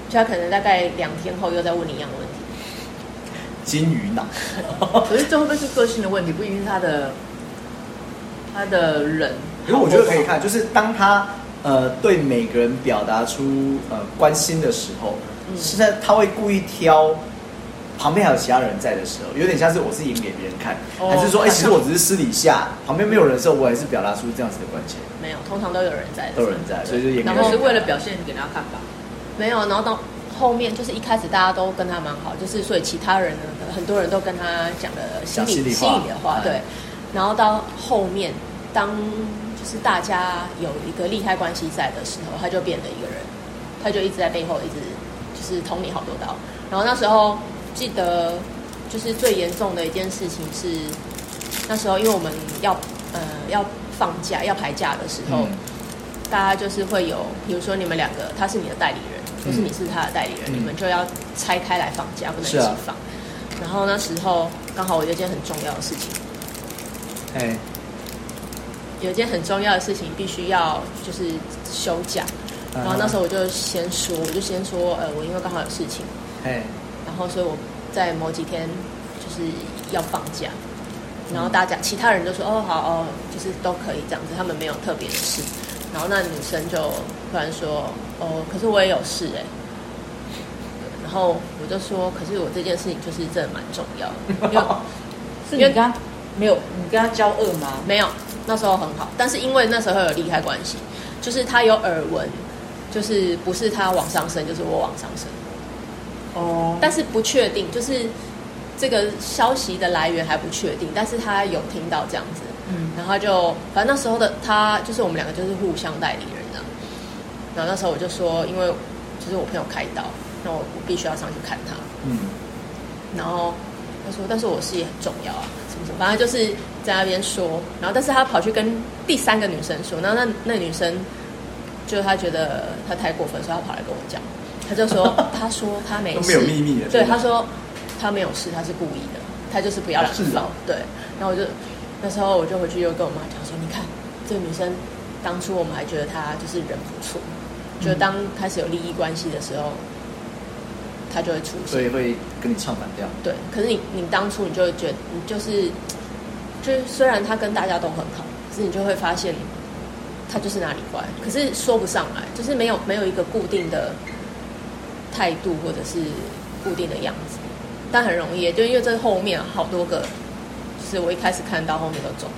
S3: 就她可能大概两天后又在问你一样的问题。
S2: 金鱼脑，
S1: 可是这会不会是个性的问题？不一定是他的他的人。
S2: 因为我觉得可以看，就是当他呃对每个人表达出呃关心的时候，
S3: 嗯
S2: 是在他会故意挑。旁边还有其他人在的时候，有点像是我是演给别人看，
S1: 哦
S2: 还是说，哎、
S1: 看
S2: 其实我只是私底下旁边没有人的时候，我还是表达出这样子的关切。
S3: 没有，通常都有人在的。
S2: 都有人在所以就演
S3: 然
S1: 然
S2: 给
S1: 后
S3: 后
S1: 是为了表现给大家看吧。
S3: 没有，然后到后面就是一开始大家都跟他蛮好，就是所以其他人呢，很多人都跟他讲了心
S2: 讲心
S3: 里
S2: 里话
S3: 里的话，
S2: 嗯
S3: 对。然后到后面，当就是大家有一个利害关系在的时候，他就变了一个人，他就一直在背后一直就是捅你好多刀。然后那时候记得就是最严重的一件事情是，那时候因为我们要呃要放假要排假的时候。
S2: 嗯，
S3: 大家就是会有，比如说你们两个，他是你的代理人，
S2: 嗯
S3: 或是你是他的代理人，
S2: 嗯
S3: 你们就要拆开来放假，不能一
S2: 是啊
S3: 起放。然后那时候刚好我有一件很重要的事情，
S2: 哎，
S3: 有一件很重要的事情必须要就是休假。
S2: 啊
S3: 然后那时候我就先说，我就先说，呃，我因为刚好有事情，
S2: 哎，
S3: 然后所以我在某几天就是要放假。然后大家其他人就说哦好哦，就是都可以这样子，他们没有特别的事。然后那女生就突然说哦，可是我也有事哎、对然后我就说，可是我这件事情就是真的蛮重要的，因为
S1: 是
S3: 你跟
S1: 他没有，你跟他交恶吗？
S3: 没有，那时候很好，但是因为那时候有利害关系，就是他有耳闻，就是不是他往上升，就是我往上升，
S1: 哦，
S3: 但是不确定，就是这个消息的来源还不确定，但是他有听到这样子，
S1: 嗯，
S3: 然后他就反正那时候的他就是我们两个就是互相代理人这样，然后那时候我就说，因为就是我朋友开刀，那我我必须要上去看他，
S2: 嗯，
S3: 然后他说，但是我事业很重要啊，什么什么，反正就是在那边说，然后但是他跑去跟第三个女生说，然后那那女生就他觉得他太过分，所以他跑来跟我讲，他就说，他说他没
S2: 都没
S3: 事，
S2: 有秘密的
S3: 对，
S2: 是吧
S3: 他说他没有事，他是故意的，他就是不要让
S2: 是
S3: 你
S2: 啊
S3: 知道，对，然后我就那时候我就回去又跟我妈讲说，你看这个女生当初我们还觉得她就是人不错，就当开始有利益关系的时候，她就会出现
S2: 所。以会跟你唱反调。
S3: 对，可是你你当初你就会觉得，你就是就是虽然他跟大家都很好，可是你就会发现他就是哪里怪，可是说不上来，就是没有没有一个固定的态度或者是固定的样子，但很容易，就因为这后面好多个，就是我一开始看到后面都中，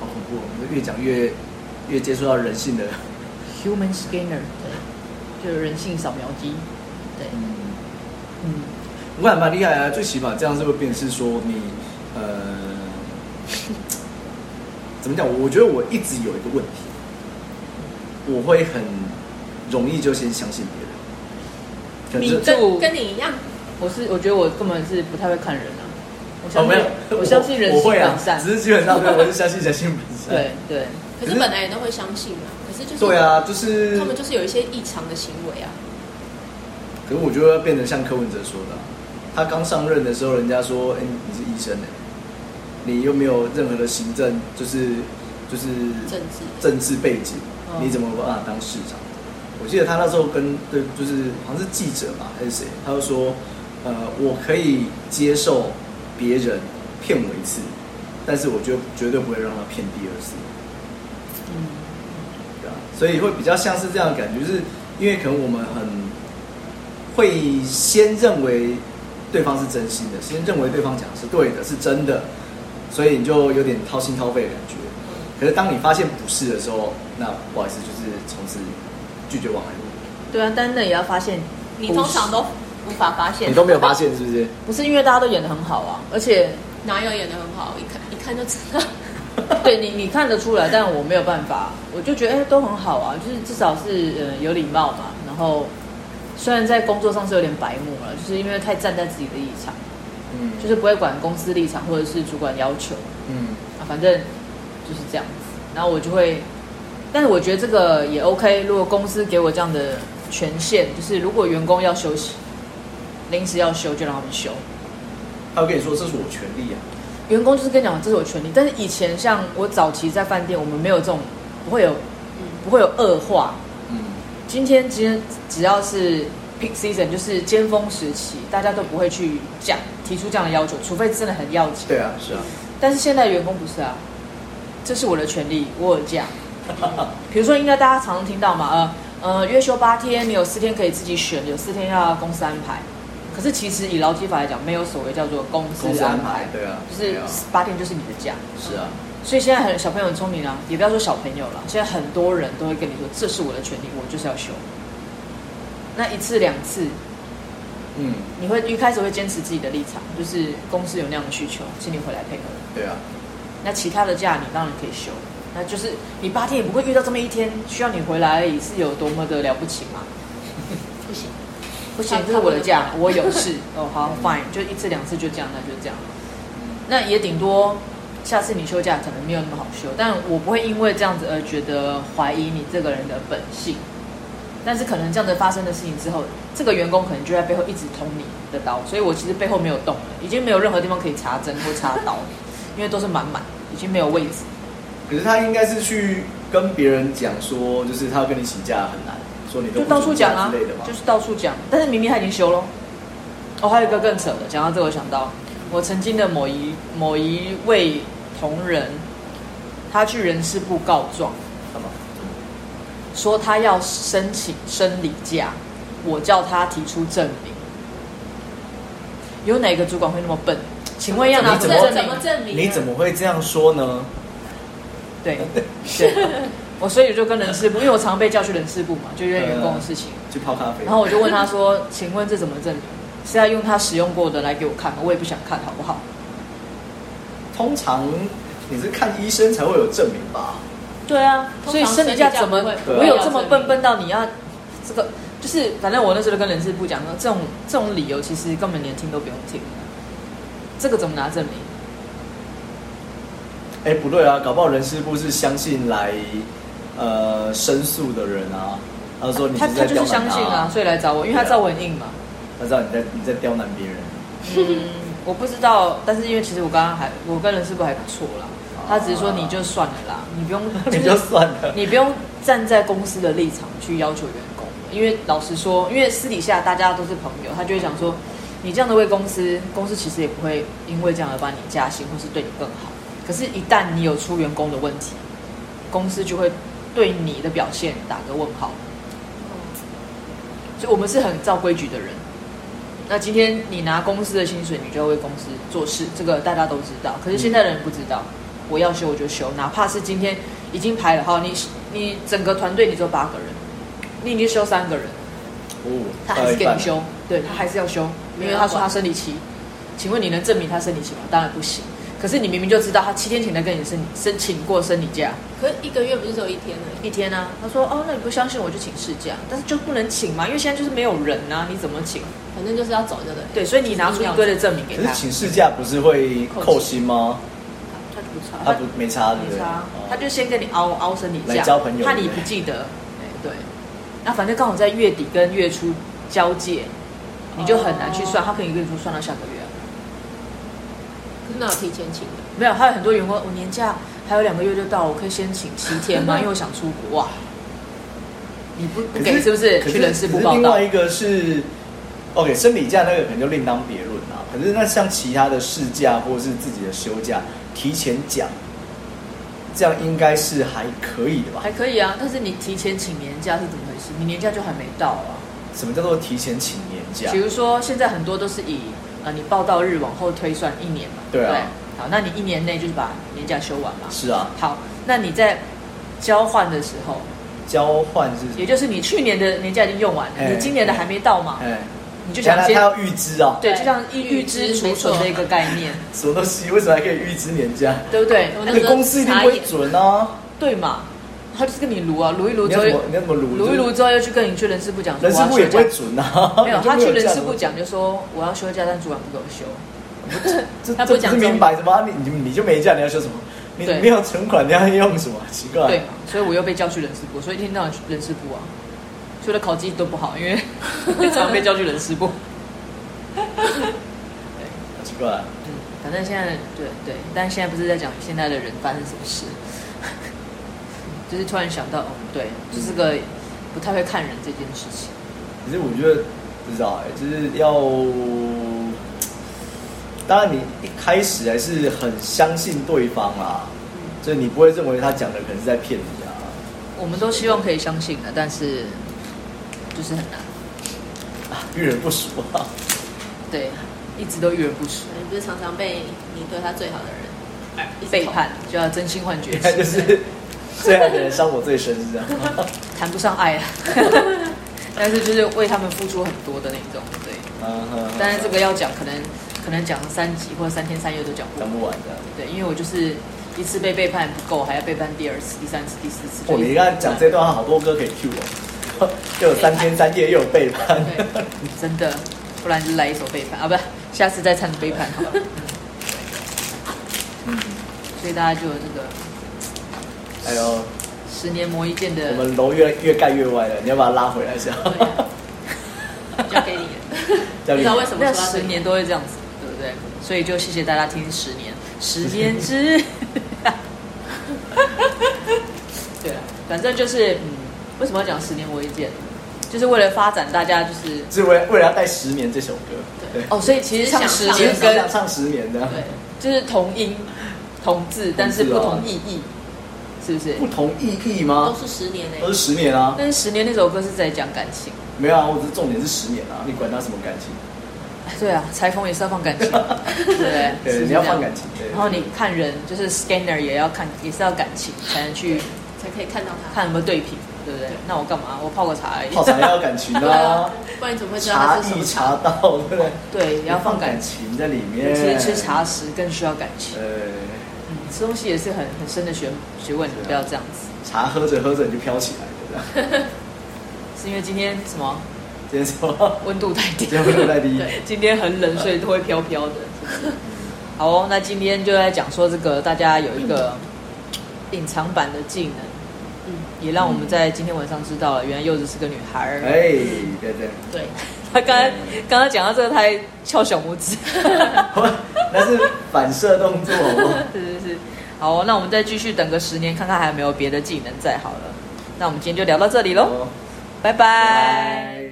S2: 哦，恐怖，我们越讲越越接触到人性的。
S1: Human Scanner，对，就是人性扫描机，对，
S2: 嗯
S1: 嗯，
S2: 我感觉蛮厉害啊，最起码这样是会变成是说你，呃，怎么讲？我觉得我一直有一个问题，我会很容易就先相信别人。
S1: 你
S2: 可
S1: 这
S2: 是
S3: 跟跟你一样，
S1: 我是我觉得我根本是不太会看人啊，我
S2: 哦
S1: 相
S2: 没
S1: 信、
S2: 有，
S1: 我相信人
S2: 我
S1: 性
S2: 会啊
S1: 本善，
S2: 只是基本上对，我是相信人性本善。
S1: 对对，
S3: 可是本来人都会相信嘛。可是就是
S2: 对，啊，就是
S3: 他们就是有一些异常的行为啊。
S2: 可是我觉得变得像柯文哲说的啊、他刚上任的时候，人家说：“哎、你是医生呢、你又没有任何的行政，就是就是
S3: 政治
S2: 政治背景，
S1: 哦
S2: 你怎么有办法当市长？”我记得他那时候跟对，就是好像是记者吧还是谁，他就说：“呃，我可以接受别人骗我一次，但是我绝绝对不会让他骗第二次。”
S1: 嗯，
S2: 对啊，所以会比较像是这样的感觉，就是因为可能我们很会先认为对方是真心的，先认为对方讲的是对的，是真的，所以你就有点掏心掏肺的感觉。可是当你发现不是的时候，那不好意思，就是从此拒绝往来路，
S1: 对啊，但那也要发现，
S3: 你通常都无法发现，
S2: 你都没有发，现是不是？
S1: 不是因为大家都演的很好啊，而
S2: [laughs]
S1: 且
S3: 哪有演的很好，一看一看就知道。
S1: 对你你看得出来，但我没有办法，我就觉得哎、都很好啊，就是至少是呃有礼貌嘛，然后虽然在工作上是有点白目了，就是因为太站在自己的立场，
S2: 嗯，
S1: 就是不会管公司立场或者是主管要求，
S2: 嗯，
S1: 啊，反正就是这样子。然后我就会，但是我觉得这个也 OK。如果公司给我这样的权限，就是如果员工要休息，临时要休就让他们休。
S2: 他会跟你说这是啊我权利啊，
S1: 员工就是跟你讲这是我权利，但是以前像我早期在饭店，我们没有这种，不会有
S3: 嗯，
S1: 不会有恶化。
S2: 嗯，
S1: 今天今天只要是 peak season，就是尖峰时期，大家都不会去讲提出这样的要求，除非真的很要紧。
S2: 对啊，是啊，
S1: 但是现在员工不是啊，这是我的权利，我有假。
S2: [laughs]
S1: 比如说，应该大家常常听到嘛，呃呃，月休八天，你有四天可以自己选，有四天要公司安排。可是其实以劳基法来讲，没有所谓叫做公司
S2: 公司安
S1: 安
S2: 排
S1: 排，，
S2: 对啊，
S1: 就是
S2: 对啊
S1: 八天就是你的假。
S2: 是啊，
S1: 所以现在很小朋友很聪明啊，也不要说小朋友了，现在很多人都会跟你说，这是我的权利，我就是要休。那一次两次，
S2: 嗯，
S1: 你会一开始会坚持自己的立场，就是公司有那样的需求，请你回来配合。
S2: 对啊，
S1: 那其他的假你当然可以休，那就是你八天也不会遇到这么一天需要你回来而已，是有多么的了不起嘛？
S3: 不行，
S1: 不
S3: 行
S1: 行，这是我的假，我有事。哦，好，fine，就一次两次就这样，那就这样。那也顶多下次你休假可能没有那么好休，但我不会因为这样子而觉得怀疑你这个人的本性。但是可能这样子发生的事情之后，这个员工可能就在背后一直捅你的刀，所以我其实背后没有动了，已经没有任何地方可以插针或插刀，因为都是满满，已经没有位置。
S2: 可是他应该是去跟别人讲说，就是他要跟你请假很难，说你都
S1: 就
S2: 不
S1: 到处
S2: 请假
S1: 讲啊
S2: 之类的嘛，。
S1: 就是到处讲。但是明明他已经休了。哦，还有一个更扯的，讲到这个我想到，我曾经的某一某一位同仁，他去人事部告状，
S2: 干嘛？
S1: 说他要申请生理假，我叫他提出证明。有哪个主管会那么笨？请问要拿什
S2: 怎
S1: 么
S2: 么
S1: 证
S3: 怎
S1: 明啊
S3: 么？证明？啊
S2: 你怎？么会这样说呢？
S1: 对，对，
S2: [laughs]
S1: 我所以就跟人事部，因为我常被叫去人事部嘛，就因为员工的事情。
S2: 去泡咖啡。
S1: 然后我就问他说：“请问这怎么证明？是要用他使用过的来给我看吗？我也不想看，好不好
S2: 通常你是看医生才会有证明吧？？”
S1: 对啊，所以
S3: 通常
S1: 生理假
S3: 生理假
S1: 怎么
S3: 不会
S2: 不会
S1: 我有
S2: 要
S1: 这么
S3: 证
S1: 笨
S3: 明
S1: 笨到你要这个？就是反正我那时候就跟人事部讲说，这种这种理由其实根本连听都不用听，啊这个怎么拿证明？
S2: 哎，不对啊，搞不好人事部是相信来呃申诉的人啊，他说你
S1: 他
S2: 是
S1: 他
S2: 在
S1: 就
S2: 刁
S1: 是
S2: 难
S1: 相信啊，所以来找我，因为他知道我很硬嘛。
S2: 他知道你在你在刁难别人。
S1: 嗯，我不知道，但是因为其实我刚刚还我跟人事部还不错啦，他只是说你就算了啦，你不用
S2: [laughs] 你就算 [laughs] 了，
S1: 你不用站在公司的立场去要求员工，因为老实说，因为私底下大家都是朋友，他就会想说，你这样的为公司，公司其实也不会因为这样而把你加薪或是对你更好。可是，一旦你有出员工的问题，公司就会对你的表现打个问号。所以我们是很照规矩的人。那今天你拿公司的薪水，你就要为公司做事，这个大家都知道。可是现在的人不知道，我要修我就修，哪怕是今天已经排了，好，你你整个团队你只有八个人，你已经修三个人，
S2: 哦，
S1: 他还是给
S2: 到一
S1: 你
S2: 半
S1: 修
S2: 了，，
S1: 对他还是要修，因
S3: 没有
S1: 为
S3: 要
S1: 他说
S3: 管
S1: 他生理期。请问你能证明他生理期吗？当然不行。可是你明明就知道他七天前才跟你申申请过生理假
S3: 可是一个月不是只有一天而已，
S1: 一天啊，他说哦，那你不相信我就请事假，但是就不能请嘛，因为现在就是没有人啊，你怎么请？
S3: 反正就是要走这个。
S1: 对，所以你拿出一堆的证明给
S2: 可
S1: 他
S2: 是，请事假不是会扣薪吗？
S1: 他就不查，
S2: 他不没差，对不
S1: 没
S2: 对？
S1: 差
S2: 哦，
S1: 他就先跟你熬熬成你
S2: 来交朋友
S1: 怕你不记得，哎对，那反正刚好在月底跟月初交界，你就很难去算，他可能一个月初算到下个月啊、
S3: 可是那有提前请的，
S1: 没有，还有很多员工，我年假还有两个月就到了，我可以先请七天吗？因为我想出国啊哇。
S2: [laughs]
S1: 你不不
S2: 可
S1: 给是不是
S2: 可
S1: 去人事部
S2: 可是
S1: 报
S2: 另
S1: 道
S2: 外？一个是，OK，生理假那个可能就另当别论啦。可是那像其他的事假或是自己的休假，提前讲，这样应该是还可以的吧
S1: 还？可以啊，但是你提前请年假是怎么回事？你年假就还没到啊。
S2: 什么叫做提前请年假
S1: 比？如说，现在很多都是以呃你报到日往后推算一年嘛，
S2: 对啊
S1: 不对？好，那你一年内就是把年假休完嘛。
S2: 是啊，
S1: 好，那你在交换的时候，
S2: 交换是什
S1: 也
S2: 么，
S1: 就是你去年的年假已经用完了，
S2: 哎
S1: 你今年的还没到嘛，
S2: 哎，
S1: 你就
S2: 原
S1: 想
S2: 来他
S1: 先
S2: 要预支啊，
S1: 对，就像预
S3: 哎预
S1: 预支
S3: 支
S1: 储存的
S3: 没错
S1: 一个概念，
S2: 什么东西 [laughs] 为什么还可以预支年假？
S1: 对不对？
S3: 我
S2: 那
S3: 那时候
S2: 个公司一定不会准啊！
S1: 对嘛？他就是跟你撸啊，撸一撸之
S2: 你要
S1: 后
S2: 怎么，你要怎么撸？
S1: 撸一撸，之后又去跟你去人事部讲说
S2: 人
S1: 我要
S2: 事部也
S1: 休
S2: 不
S1: 假
S2: 会，准啊。
S1: [laughs] 没有，
S2: 你就
S1: 他去人
S2: 假
S1: 事部讲就说我要休假，但主管不给我休，
S2: 这
S3: 他
S2: 这
S3: 不
S2: 不
S3: 讲
S2: 是
S3: 中
S2: 明摆着吗？你你你就没假，你要休什么？你
S1: 对
S2: 没有存款，你要用什么？奇怪。
S1: 对，所以我又被叫去人事部，所以一天到晚去人事部啊，所以我的考绩都不好，因为常常被叫去人事部。
S2: 奇怪。
S1: 嗯，反正现在对对，但现在不是在讲现在的人发生什么 [laughs] 事，就是突然想到，哦，对，就是个不太会看人这件事情。
S2: 可是我觉得不知道哎、就是要，当然你一开始还是很相信对方啦，所以你不会认为他讲的可能是在骗你啊。
S1: 我们都希望可以相信的，但是就是很难，
S2: 啊遇人不淑啊，
S1: 对，一直都遇人不淑，
S3: 你不是常常被你对他最好的人一直
S1: 背
S3: 捅
S1: 叛就要真心换绝 [laughs]
S2: 你看就
S1: 情，
S2: 是最爱的人伤我最深是这样。
S1: 谈不上爱啊，但是就是为他们付出很多的那种，对。
S2: 嗯哼
S1: 但是这个要讲，可能可能讲三集或者三天三夜都讲不
S2: 讲
S1: 完。
S2: 不完的。
S1: 对，因为我就是一次被背叛不够，还要背叛第二次、第三次、第四次。
S2: 哦，你刚才讲这段好多歌可以 Q 哦，又有三天三夜，又有背叛。
S3: 对，
S1: 真的，不然就来一首背叛啊，不是，下次再唱背叛
S2: [laughs]
S1: 好了。
S2: 嗯，
S1: 所以大家就有这个
S2: 还有
S1: 十年磨一剑的
S2: 我，们楼越越盖越歪了，你要把它拉回来一下。
S3: 交给你了。
S2: 教练
S3: 不知道为什么
S1: 那
S3: 说到这
S1: 十
S3: 个
S1: 年都会这样子，对不对？所以就谢谢大家听十年，十年之。 [laughs] 对啊，反正就是嗯，为什么要讲十年磨一剑？就是为了发展大家，就是
S2: 是为为了要带《十年》这首歌，
S3: 对
S1: 哦，所以其实唱
S3: 想
S1: 十
S3: 唱
S2: 其
S1: 年
S2: 实
S1: 跟
S2: 想唱十年的，
S3: 对，
S1: 就是同音同字，哦但是不同意义，是不是？
S2: 不同意义
S3: 都
S2: 吗？
S3: 是十年
S1: [laughs]
S2: 都是
S3: 诶，
S2: 十年啊，
S1: 但是十年那首歌是在讲感情，
S2: 没有啊，我只是重点是十年啊，你管他什么感情？
S1: 对啊，裁缝也是要放
S2: [laughs]
S1: 感情，对不对？是不
S2: 对，
S1: 是
S2: 你要
S1: 这样
S2: 放感情。对
S1: 然后你看人，就是 scanner 也要看，也是要感情才能去
S3: 才可以看到他。
S1: 看有没有对品，对不对？那我干嘛？我泡个茶而已。
S2: 泡茶要有感情
S3: 对啊
S2: 啊，，
S3: 不然你怎么会知道
S2: 茶
S3: 他是什
S2: 艺
S3: 么
S2: 茶道，对不对？
S1: 对，也要放感情。
S2: 情在里面。
S1: 其实吃茶时更需要感情，
S2: 呃，
S1: 嗯，吃东西也是很很深的学学问，你不要这样子。
S2: 茶喝着喝着你就飘起来了，这样。
S1: 是因为今天什么
S2: 今天说，
S1: 温度太低
S2: 今？天温度太低，
S3: 对
S1: [laughs] 今天很冷，所以都会飘飘的。好哦，那今天就在讲说这个，大家有一个隐藏版的技能，
S3: 嗯
S1: 也让我们在今天晚上知道了，原来柚子是个女孩儿。
S2: 哎，对对，
S3: 对，
S1: 她 [laughs] 刚才刚刚讲到这个，她还翘小拇指。
S2: 那是反射动作，好
S1: [laughs]
S2: 不好
S1: [laughs] 是是是。好哦、那我们再继续等个十年，看看还有没有别的技能再好了。那我们今天就聊到这里喽，
S2: 好
S1: 拜拜。